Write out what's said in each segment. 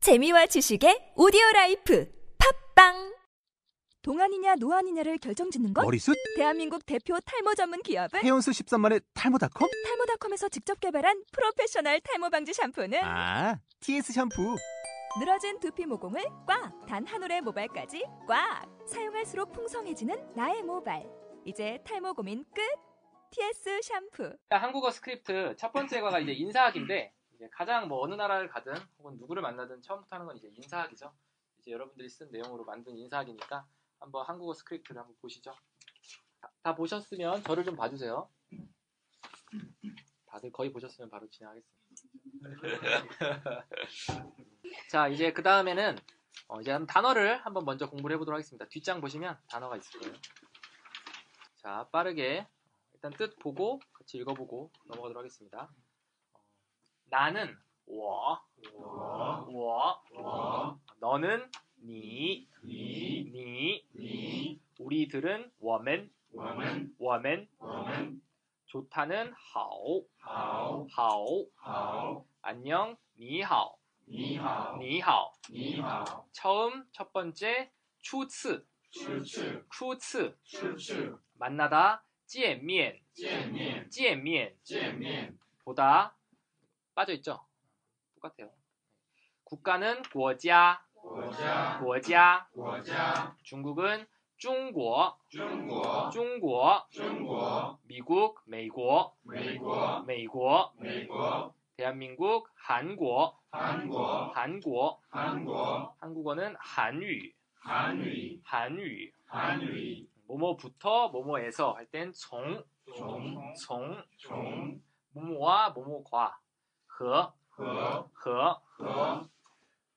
재미와 지식의 오디오 라이프 팝빵 동안이냐 노안이냐를 결정짓는 건 머리숱 대한민국 대표 탈모 전문 기업은 헤어수 13만의 탈모닷컴 탈모닷컴에서 직접 개발한 프로페셔널 탈모 방지 샴푸는 아 TS 샴푸 늘어진 두피 모공을 꽉 단 한 올의 모발까지 꽉 사용할수록 풍성해지는 나의 모발 이제 탈모 고민 끝 TS 샴푸 일단 그러니까 한국어 스크립트 첫 번째 과가 이제 인사학인데 이제 가장 뭐 어느 나라를 가든 혹은 누구를 만나든 처음부터 하는 건 이제 인사학이죠. 이제 여러분들이 쓴 내용으로 만든 인사학이니까 한번 한국어 스크립트를 한번 보시죠. 다, 다 보셨으면 저를 좀 봐주세요. 다들 거의 보셨으면 바로 진행하겠습니다. 자 이제 그 다음에는 이제 한 단어를 한번 먼저 공부를 해보도록 하겠습니다. 뒷장 보시면 단어가 있을 거예요. 자 빠르게 일단 뜻 보고 같이 읽어보고 넘어가도록 하겠습니다. 어, 나는 워, 워, 너는 니, 니, 우리들은 워멘, 워멘, 좋다는 하오, 하오, 안녕 니하오, 니하오, 처음 첫 번째 추츠, 추츠, 쿠츠, 만나다 见面,见面,见面,见面. 보다 빠져 있죠. 똑같아요. 국가는 国家,国家,国家,国家. 중국은 中国,中国,中国,中国. 미국, 美国,美国,美国,美国. 대한민국, 韩国,韩国,韩国,韩国. 한국어는 한유, 韩语,韩语. 뭐뭐부터 뭐뭐에서 할 땐 종, 종, 종, 종, 뭐뭐와 뭐뭐과, 허, 허, 허,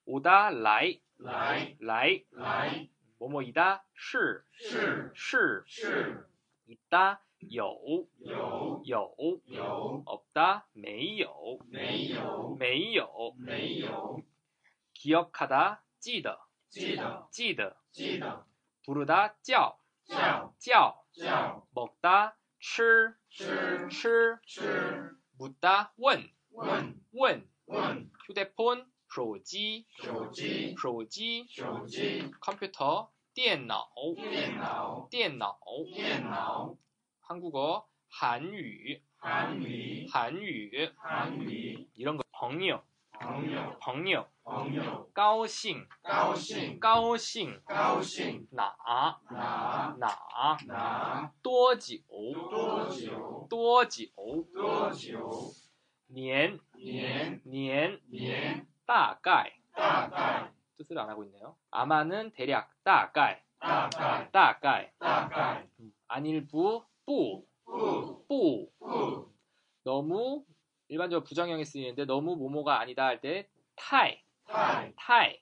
오다 라이, 라이, 라이, 라이, 뭐뭐이다 시, 시, 시, 있다 요, 요, 요, 요, 없다 메이요, 메이요, 메이요, 메이요, 기억하다 찌더, 찌더, 찌더, 부르다 쩌, 叫叫먹다吃吃묻다问问问휴대폰手机手机手机手机 컴퓨터 电脑电脑电脑电脑한국어韩语韩语韩语韩语이런거朋友朋友朋友朋友高兴高兴高兴高兴哪哪哪哪多久多久多久多久年年年年大概大概 뜻을 안 하고 있네요. 아마는 대략 다가이 다가이 다가이 다가이 안일부 뿌뿌 너무 일반적으로 부정형에 쓰이는데 너무 모모가 아니다 할 때 타이 타이 타이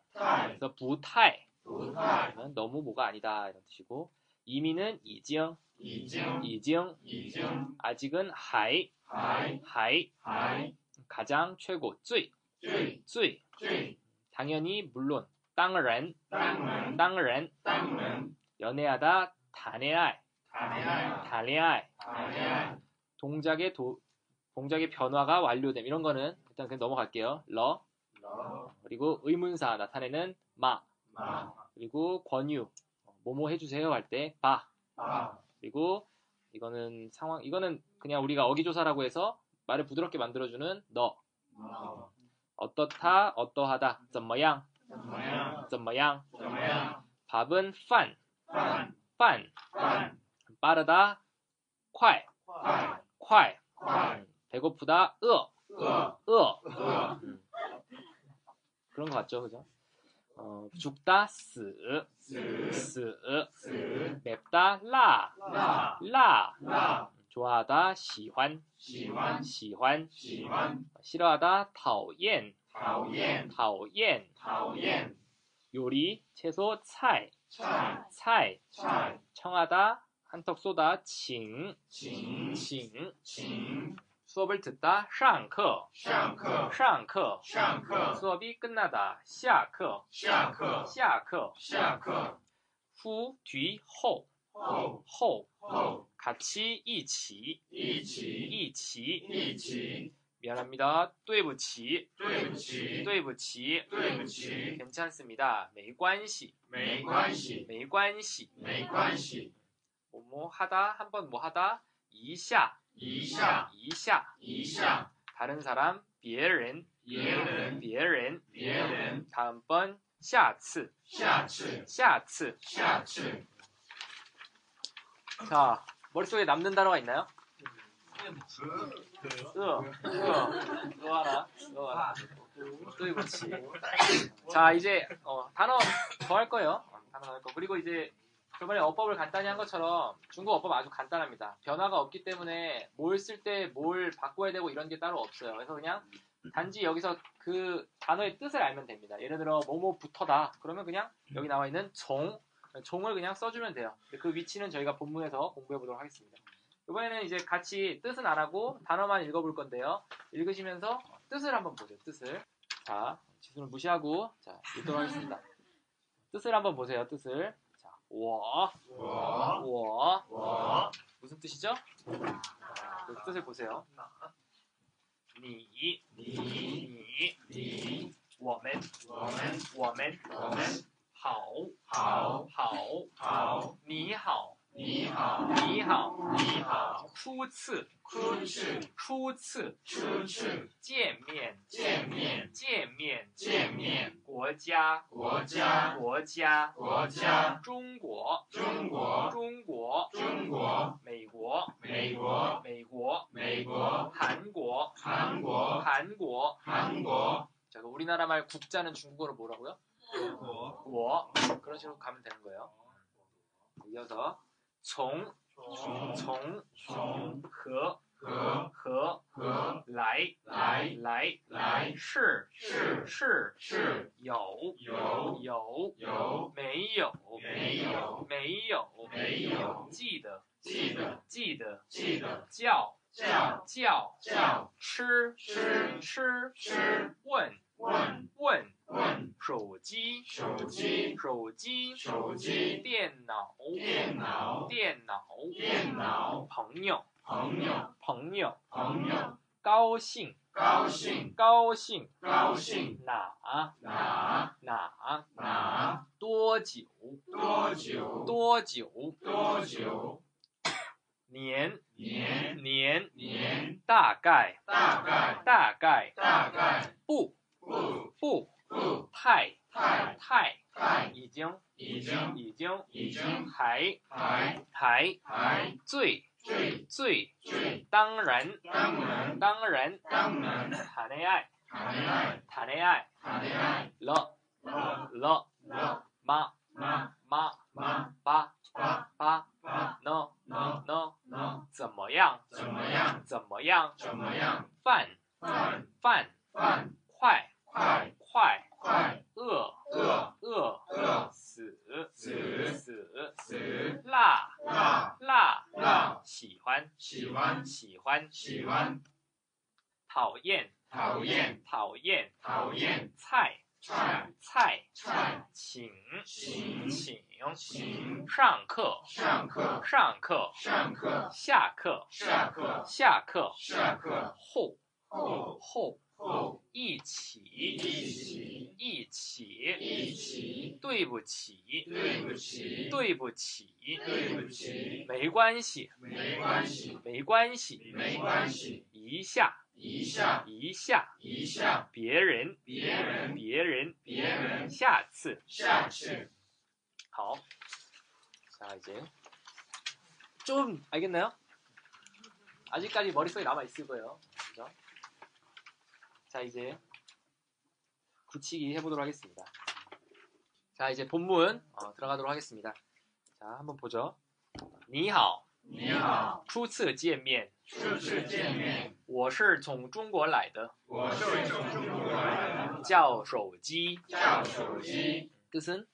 그래서 부타이 그러면 너무 뭐가 아니다 이런 뜻이고 이미는 이징 이징 이징 아직은 하이 하이 하이 가장 최고 쯔이 쯔이 당연히 물론 땅을 엔 땅을 엔 연애하다 단애알 단애알 동작의 도, 동작의 변화가 완료됨 이런 거는 일단 그냥 넘어갈게요. 러 그리고 의문사 나타내는 마 그리고 권유 어, 뭐뭐 해주세요 할 때 바. 그리고 이거는 상황 이거는 그냥 우리가 어기조사라고 해서 말을 부드럽게 만들어주는 너. 어떻다 어떠하다 怎么样怎么样 밥은 판 판. 빠르다 快快 음, 배고프다 饿饿 음. 그런 거 같죠 그죠? 어, 죽다 쓰, 쓰, 맵다 라, 라, 좋아하다 시환, 시환, 시환, 싫어하다 타오옌, 타오옌, 타오옌, 요리 채소 차이, 차이, 청하다 한턱 쏘다 칭, 칭, 칭, 수업을 듣다 샹커, 샹커, 샹커, 수업이 끝나다 샤커, 下课，下课，下课，夫뒤后后后，같이一起 一起，一起，一起， 미안합니다. 对不起，对不起，对不起，对不起， 괜찮습니다. 没关系，没关系，没关系。没关系， 뭐뭐 하다 한 번 뭐 하다 이샤 一下， 이샤 一下， 다른 사람 别人别人别人别人， 다음번 下次下次，下次下次， 자 머릿속에 남는 단어가 있나요? 饿饿饿了饿了对不起자 이제 어, 단어 더 할 거예요 어, 단어 더할거 그리고 이제 저번에 어법을 간단히 한 것처럼 중국 어법 아주 간단합니다 변화가 없기 때문에 뭘 쓸 때 뭘 바꿔야 되고 이런 게 따로 없어요 그래서 그냥 단지 여기서 그 단어의 뜻을 알면 됩니다 예를 들어 뭐뭐부터다 그러면 그냥 여기 나와 있는 종 네, 종을 그냥 써주면 돼요 근데 그 위치는 저희가 본문에서 공부해 보도록 하겠습니다 이번에는 이제 같이 뜻은 안 하고 단어만 읽어볼 건데요. 읽으시면서 뜻을 한번 보세요. 뜻을. 자, 지수는 무시하고 자 읽도록 하겠습니다. 뜻을 한번 보세요. 뜻을. 자, 워, 我 워 我 무슨 뜻이죠? 자, 여기 뜻을 보세요. 니, 니, 你你 워맨, 我们 워맨, 我们 하오, 好 하오, 好， 니하오, 你好 니하오, 你好，初次,初次初次,初次见面,见面见面,见面，国家,国家国家,国家中国,中国中国,中国美国,美国美国,美国韩国,韩国韩国.韩国 자, 그 우리나라 말 국자는 중국어로 뭐라고요? 国 워. 그런 식으로 가면 되는 거예요. 이어서 종, 从 종, 从和,和和,和 그, 라이, 来 라이, 来 시, 是 시, 是 요, 有 요, 有 메이요, 没有 메이요, 没有记得,记得记得,记得叫,叫叫,叫吃,吃吃,吃问,问问,问手机,手机手机,手机电脑,电脑电脑,电脑朋友,朋友朋友,朋友高兴,高兴高兴,高兴哪,哪哪,哪多久,多久多久,多久年,年年,年大概,大概大概,大概不,不不,不太,太太,太已经,已经已经,已经还,还还,还最,最最,最当然,当然当然,当然谈恋爱,谈恋爱谈恋爱,谈恋爱了,了了,了妈,妈妈,妈爸,爸爸,爸 no, no no, no 怎么样,怎么样怎么样,怎么样饭,饭饭,饭快,快快,快饿,饿饿,饿死,死死,死辣,辣辣,辣喜欢,喜欢喜欢,喜欢讨厌,讨厌讨厌,讨厌菜,菜菜,菜请,请请请上课，上课上课，上课下课，下课下课，下课后后后后一起，一起一起，一起对不起，对不起对不起，对不起没关系，没关系没关系，没关系一下一下一下，一下别人别人别人，别人下次下次好， 어. 자 이제 좀 알겠나요? 아직까지 머릿속에 남아 있을 거예요. 그죠? 자 이제 굳히기 해보도록 하겠습니다. 자 이제 본문 어, 들어가도록 하겠습니다. 자 한번 보죠. 你好,你好初次见面,初次见面我是从中国来的,我是从中国来的叫手机.叫手机 뜻은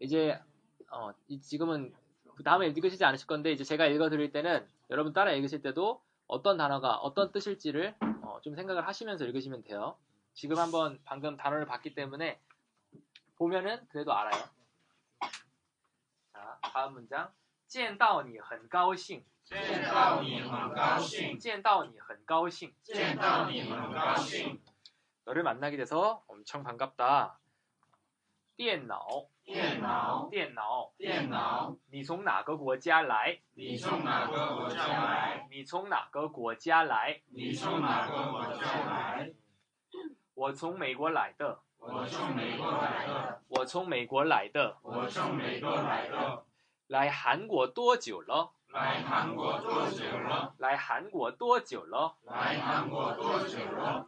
이제 어, 이- 지금은 그 다음에 읽으시지 않으실 건데 이제 제가 읽어드릴 때는 여러분 따라 읽으실 때도 어떤 단어가 어떤 뜻일지를 어, 좀 생각을 하시면서 읽으시면 돼요. 지금 한번 방금 단어를 봤기 때문에 보면은 그래도 알아요. 자, 다음 문장. 见到你很高兴.见到你很高兴，见到你很高兴.见到你很高兴。 너를 만나게 돼서 엄청 반갑다. 电脑,电脑，电脑,电脑，你从哪个国家来?你从哪个国家来？你从哪个国家来?你从哪个国家来？我从美国来的.我从美国来的，我从美国来的.我从美国来的。来韩国多久了?来韩国多久了？来韩国多久了?来韩国多久了？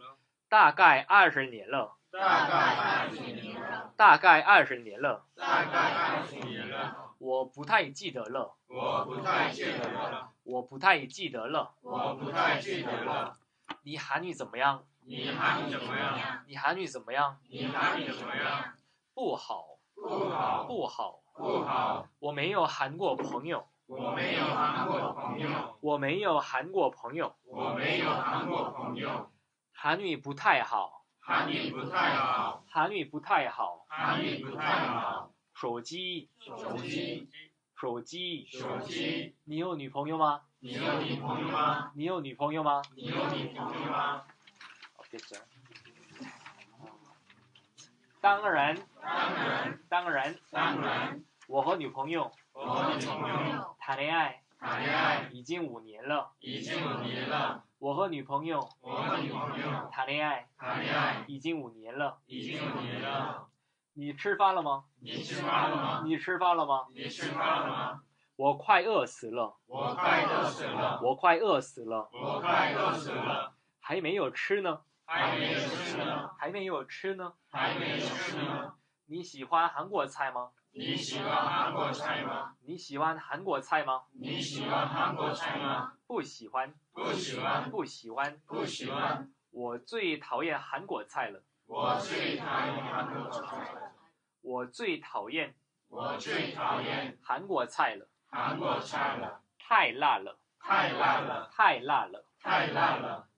大概20年了.大概二十年了，大概20年了.大概二十年了。我不太记得了.我不太记得了，我不太记得了.我不太记得了。你韩语怎么样？你韩语怎么样？你韩语怎么样？你韩语怎么样？不好，不好，不好。不好。我没有韩国朋友，我没有韩国朋友，我没有韩国朋友。我没有韩国朋友。韩语不太好，韩语不太好，韩语不太好。韩语不太好。手机，手机，手机。手机。你有女朋友吗？你有女朋友吗？你有女朋友吗？你有女朋友吗？哦别讲。当然，当然，当然，当然。我和女朋友我和女朋友谈恋爱谈恋爱已经五年了。已经五年了，我和女朋友我和女朋友谈恋爱谈恋爱已经五年了。已经五年了。你吃饭了吗？你吃饭了吗？你吃饭了吗？你吃饭了吗？我快饿死了，我快饿死了，我快饿死了，我快饿死了，还没有吃呢，还没吃呢，还没有吃呢。还没吃呢。你喜欢韩国菜吗？你喜欢韩国菜吗？你喜欢韩国菜吗？你喜欢韩国菜吗？不喜欢，不喜欢，不喜欢。不喜欢。我最讨厌韩国菜了，我最讨厌韩国菜了，我最讨厌我最讨厌韩国菜了，韩国菜了，太辣了，太辣了，太辣了。太辣了。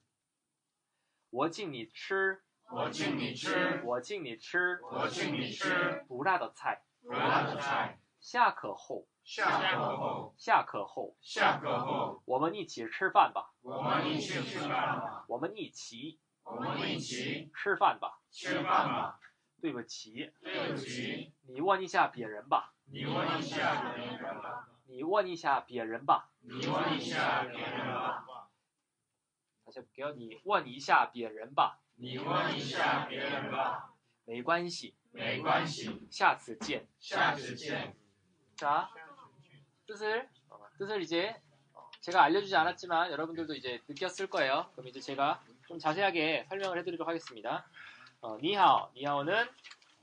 我请你吃，我请你吃，我请你吃我请你吃不辣的菜。不辣的菜。下课后，下课后，下课后，下课后，我们一起吃饭吧，我们一起吃饭吧，我们一起我们一起吃饭吧。吃饭吧。对不起，对不起，你问一下别人吧，你问一下别人吧，你问一下别人吧。你问一下别人吧，他就给你问一下别人吧，你问一下别人吧。没关系，没关系，下次见。下次见。 자, 뜻을 어, 뜻을 이제 제가 알려주지 않았지만 여러분들도 이제 느꼈을 거예요. 그럼 이제 제가 좀 자세하게 설명을 해드리도록 하겠습니다. 어, 니하오, 니하오는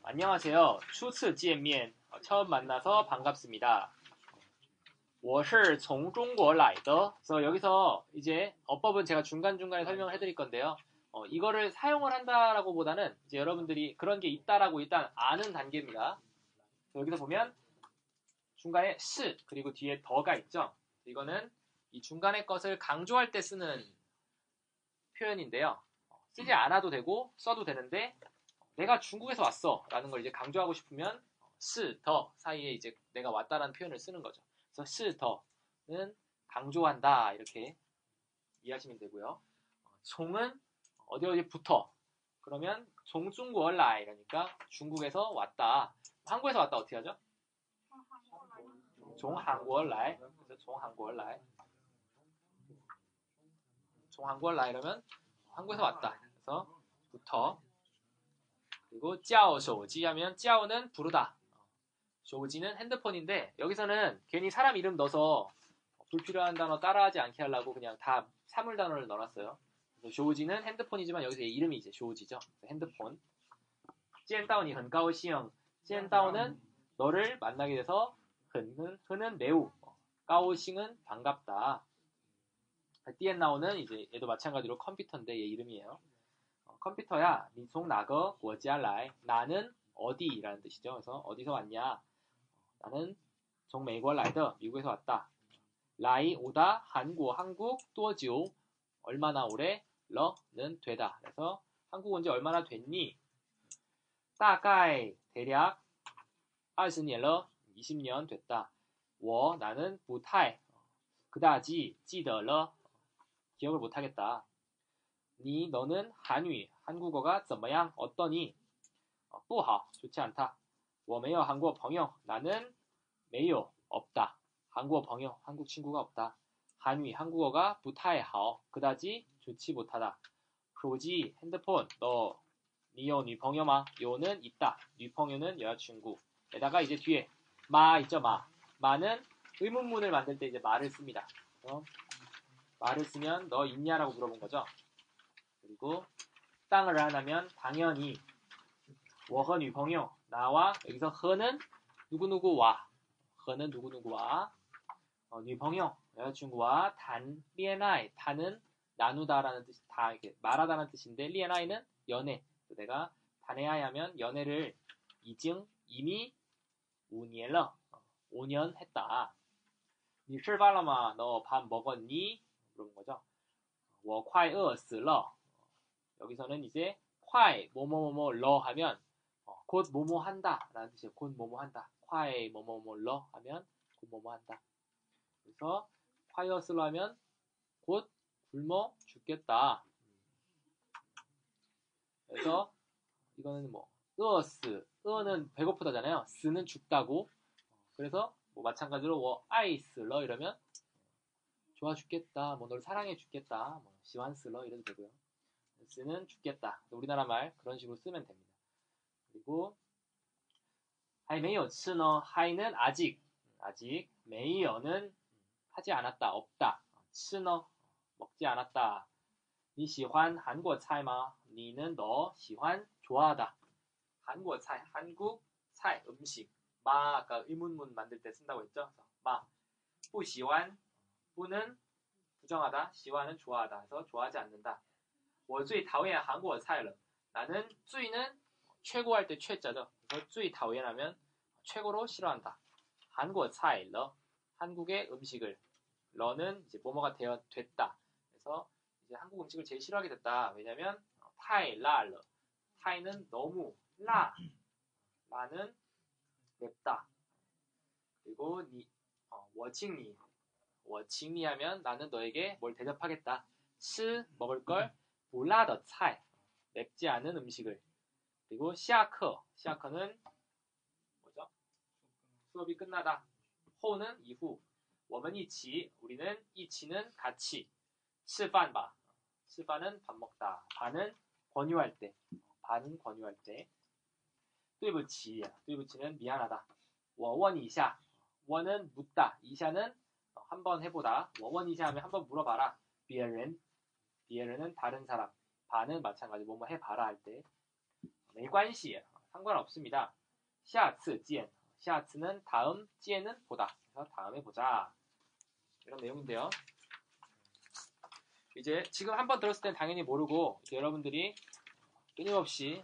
안녕하세요. 추츠 지엔면 어, 처음 만나서 반갑습니다. 我是从中国来的. 그래서 여기서 이제 어법은 제가 중간중간에 설명을 해드릴 건데요. 어, 이거를 사용을 한다라고 보다는 이제 여러분들이 그런 게 있다라고 일단 아는 단계입니다. 그래서 여기서 보면 중간에 스 그리고 뒤에 더가 있죠. 이거는 이 중간의 것을 강조할 때 쓰는 표현인데요. 어, 쓰지 않아도 되고 써도 되는데 내가 중국에서 왔어라는 걸 이제 강조하고 싶으면 스, 더 사이에 이제 내가 왔다라는 표현을 쓰는 거죠. 그래서 스, 더는 강조한다 이렇게 이해하시면 되고요. 어, 종은 어디 어디부터 그러면 종중국어라 이러니까 중국에서 왔다. 한국에서 왔다 어떻게 하죠? 从韩国来，就是从韩国来，从韩国来그러면 한국에서 왔다. 그래서 부터 그리고 짜오 쇼지 하면 짜오는 부르다. 쇼지는 핸드폰인데 여기서는 괜히 사람 이름 넣어서 불필요한 단어 따라하지 않게 하려고 그냥 다 사물 단어를 넣어놨어요. 그래서 쇼지는 핸드폰이지만 여기서 이름이 이제 쇼지죠. 그래서 핸드폰. 젠다오니 헌가오 시영. 젠다오는 너를 만나게 돼서 흔은, 흔은 매우, 어, 까오싱은 반갑다. 아, 띠엔 나오는 이제 얘도 마찬가지로 컴퓨터인데 얘 이름이에요. 어, 컴퓨터야, 니송 나거 워지알라이. 나는 어디라는 뜻이죠. 그래서 어디서 왔냐? 나는 종 메이거 라이더 미국에서 왔다. 라이 오다 한국 한국 또지오 얼마나 오래 러는 되다. 그래서 한국 온 지 얼마나 됐니? 따가이 대략 20년 러 20년 됐다. 워 나는 무타이 그다지 찌더러 기억을 못 하겠다. 니 너는 한위 한국어가 怎么样 어떠니? 不好 좋지 않다. 我没有 한국어朋友 나는 没有 없다. 한국어 朋友 한국 친구가 없다. 한위 한국어가 不太好 그다지 좋지 못하다. 手机 핸드폰 너 니요 니朋友吗? 요는 있다. 니朋友는 여자친구에다가 이제 뒤에 마 있죠 마. 마는 의문문을 만들 때 이제 말을 씁니다. 어? 말을 쓰면 너 있냐라고 물어본 거죠. 그리고 땅을 하나면 당연히 워허 유펑요 나와 여기서 허는 누구누구와 허는 누구누구와 어, 유펑요 여자친구와 단 리에나이 단은 나누다라는 뜻이 다 이렇게 말하다는 뜻인데 리에나이는 연애 또 내가 단해하면 연애를 이징 이미 5년了 어, 5년 했다. 你吃饭了吗너밥먹었니 물어본 거죠. 我快饿死了. 여기서는 이제 快 뭐뭐뭐뭐 러 하면 어, 곧 뭐뭐 한다라는 뜻이에요. 곧 뭐뭐 한다. 快 뭐뭐뭐 러 하면 곧 뭐뭐 한다. 그래서 快饿死了 하면 곧 굶어 죽겠다. 그래서 이거는 뭐饿死, 饿는 배고프다잖아요. 死는 죽다고. 그래서 뭐 마찬가지로 워 아이스러 이러면 좋아 죽겠다, 뭐 너를 사랑해 죽겠다, 뭐 시완스러 이래도 되고요. 쓰는 죽겠다. 우리나라 말 그런 식으로 쓰면 됩니다. 그리고 하이 메이어 츠너 하이는 아직 아직 메이어는 하지 않았다 없다 츠너 먹지 않았다. 니 시환 한국 차이마 니는 너 시환 좋아하다. 한국 차이 한국 차이 음식 마 아까 의문문 만들 때 쓴다고 했죠. 그래서 마 부시완 부는 부정하다 시완은 좋아하다. 그래서 좋아하지 않는다. 我最讨厌韩国菜了. 나는 最는 최고 할 때 최자죠. 그래서 最讨厌하면 최고로 싫어한다. 한국 차일러 한국의 음식을 러는 이제 뭐뭐가 되어 됐다. 그래서 이제 한국 음식을 제일 싫어하게 됐다. 왜냐면 어, 타이 라러 타이는 너무 라 라는 맵다. 그리고 니, 어, 워칭니, 워칭니 하면 나는 너에게 뭘 대접하겠다. 스 먹을 걸 몰라더 차이 맵지 않은 음식을. 그리고 시아커, 시아커는 뭐죠? 수업이 끝나다. 호는 이후. 我们一起, 우리는 이치는 같이. 吃饭吧, 吃饭은 밥 먹다. 반은 권유할 때. 반은 권유할 때. 对不起对不起는미안하다我问一下我는묻다이샤는한 번해보다我问一下하면한 번물어봐라别人别人은다른사람반은마찬가지뭐뭐해봐라할때没关系상관없습니다 下次见下次는다음见은보다그래서다음에보자이런내용인데요이제지금한 번들었을땐당연히모르고이제여러분들이끊임없이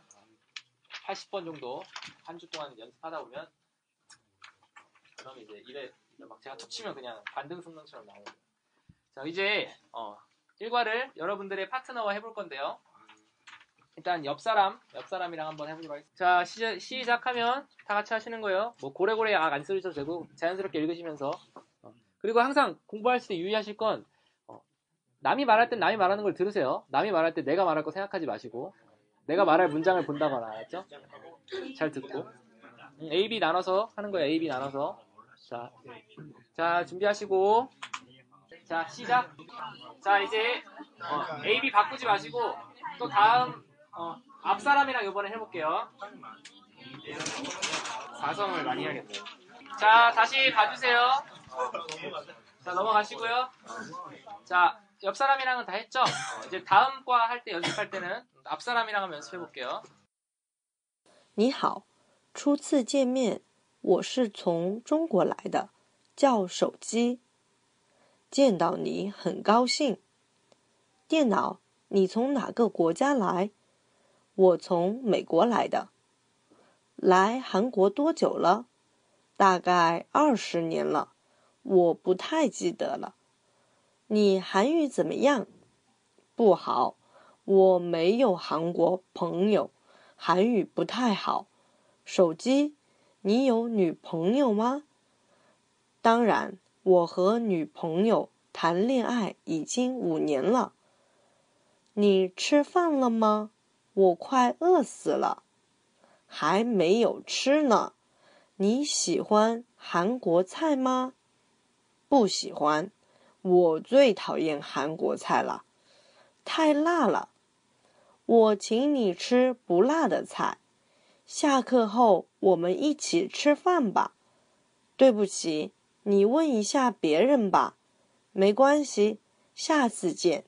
80번 정도 한 주 동안 연습하다 보면 그럼 이제 이래 막 제가 툭치면 그냥 반등 성능처럼 나오는 거예요. 자 이제 어, 일과를 여러분들의 파트너와 해볼 건데요. 일단 옆 사람, 옆 사람이랑 한번 해보도록 하겠습니다. 자 시작, 시작하면 다 같이 하시는 거예요. 뭐 고래고래 악안 쓰셔도 되고 자연스럽게 읽으시면서 어, 그리고 항상 공부하실 때 유의하실 건 어, 남이 말할 땐 남이 말하는 걸 들으세요. 남이 말할 때 내가 말할 거 생각하지 마시고 내가 말할 문장을 본다거나 알았죠? 잘 듣고 응, A, B 나눠서 하는 거야 A, B 나눠서 자, 자 준비하시고 자 시작 자 이제 어, A, B 바꾸지 마시고 또 다음 어, 앞 사람이랑 이번에 해볼게요 4성을 많이 해야겠네요 자 다시 봐주세요 자 넘어가시고요 자 옆 사람이랑은 다 했죠? 어, 이제 다음 과 할 때 연습할 때는 앞 사람이랑 한번 연습해 볼게요. 你好，初次见面，我是从中国来的，叫手机。见到你很高兴。电脑，你从哪个国家来？我从美国来的。来韩国多久了？大概二十年了，我不太记得了。你韩语怎么样？不好，我没有韩国朋友，韩语不太好。手机，你有女朋友吗？当然，我和女朋友谈恋爱已经五年了。你吃饭了吗？我快饿死了，还没有吃呢。你喜欢韩国菜吗？不喜欢，我最讨厌韩国菜了，太辣了。我请你吃不辣的菜。下课后我们一起吃饭吧。对不起，你问一下别人吧。没关系，下次见。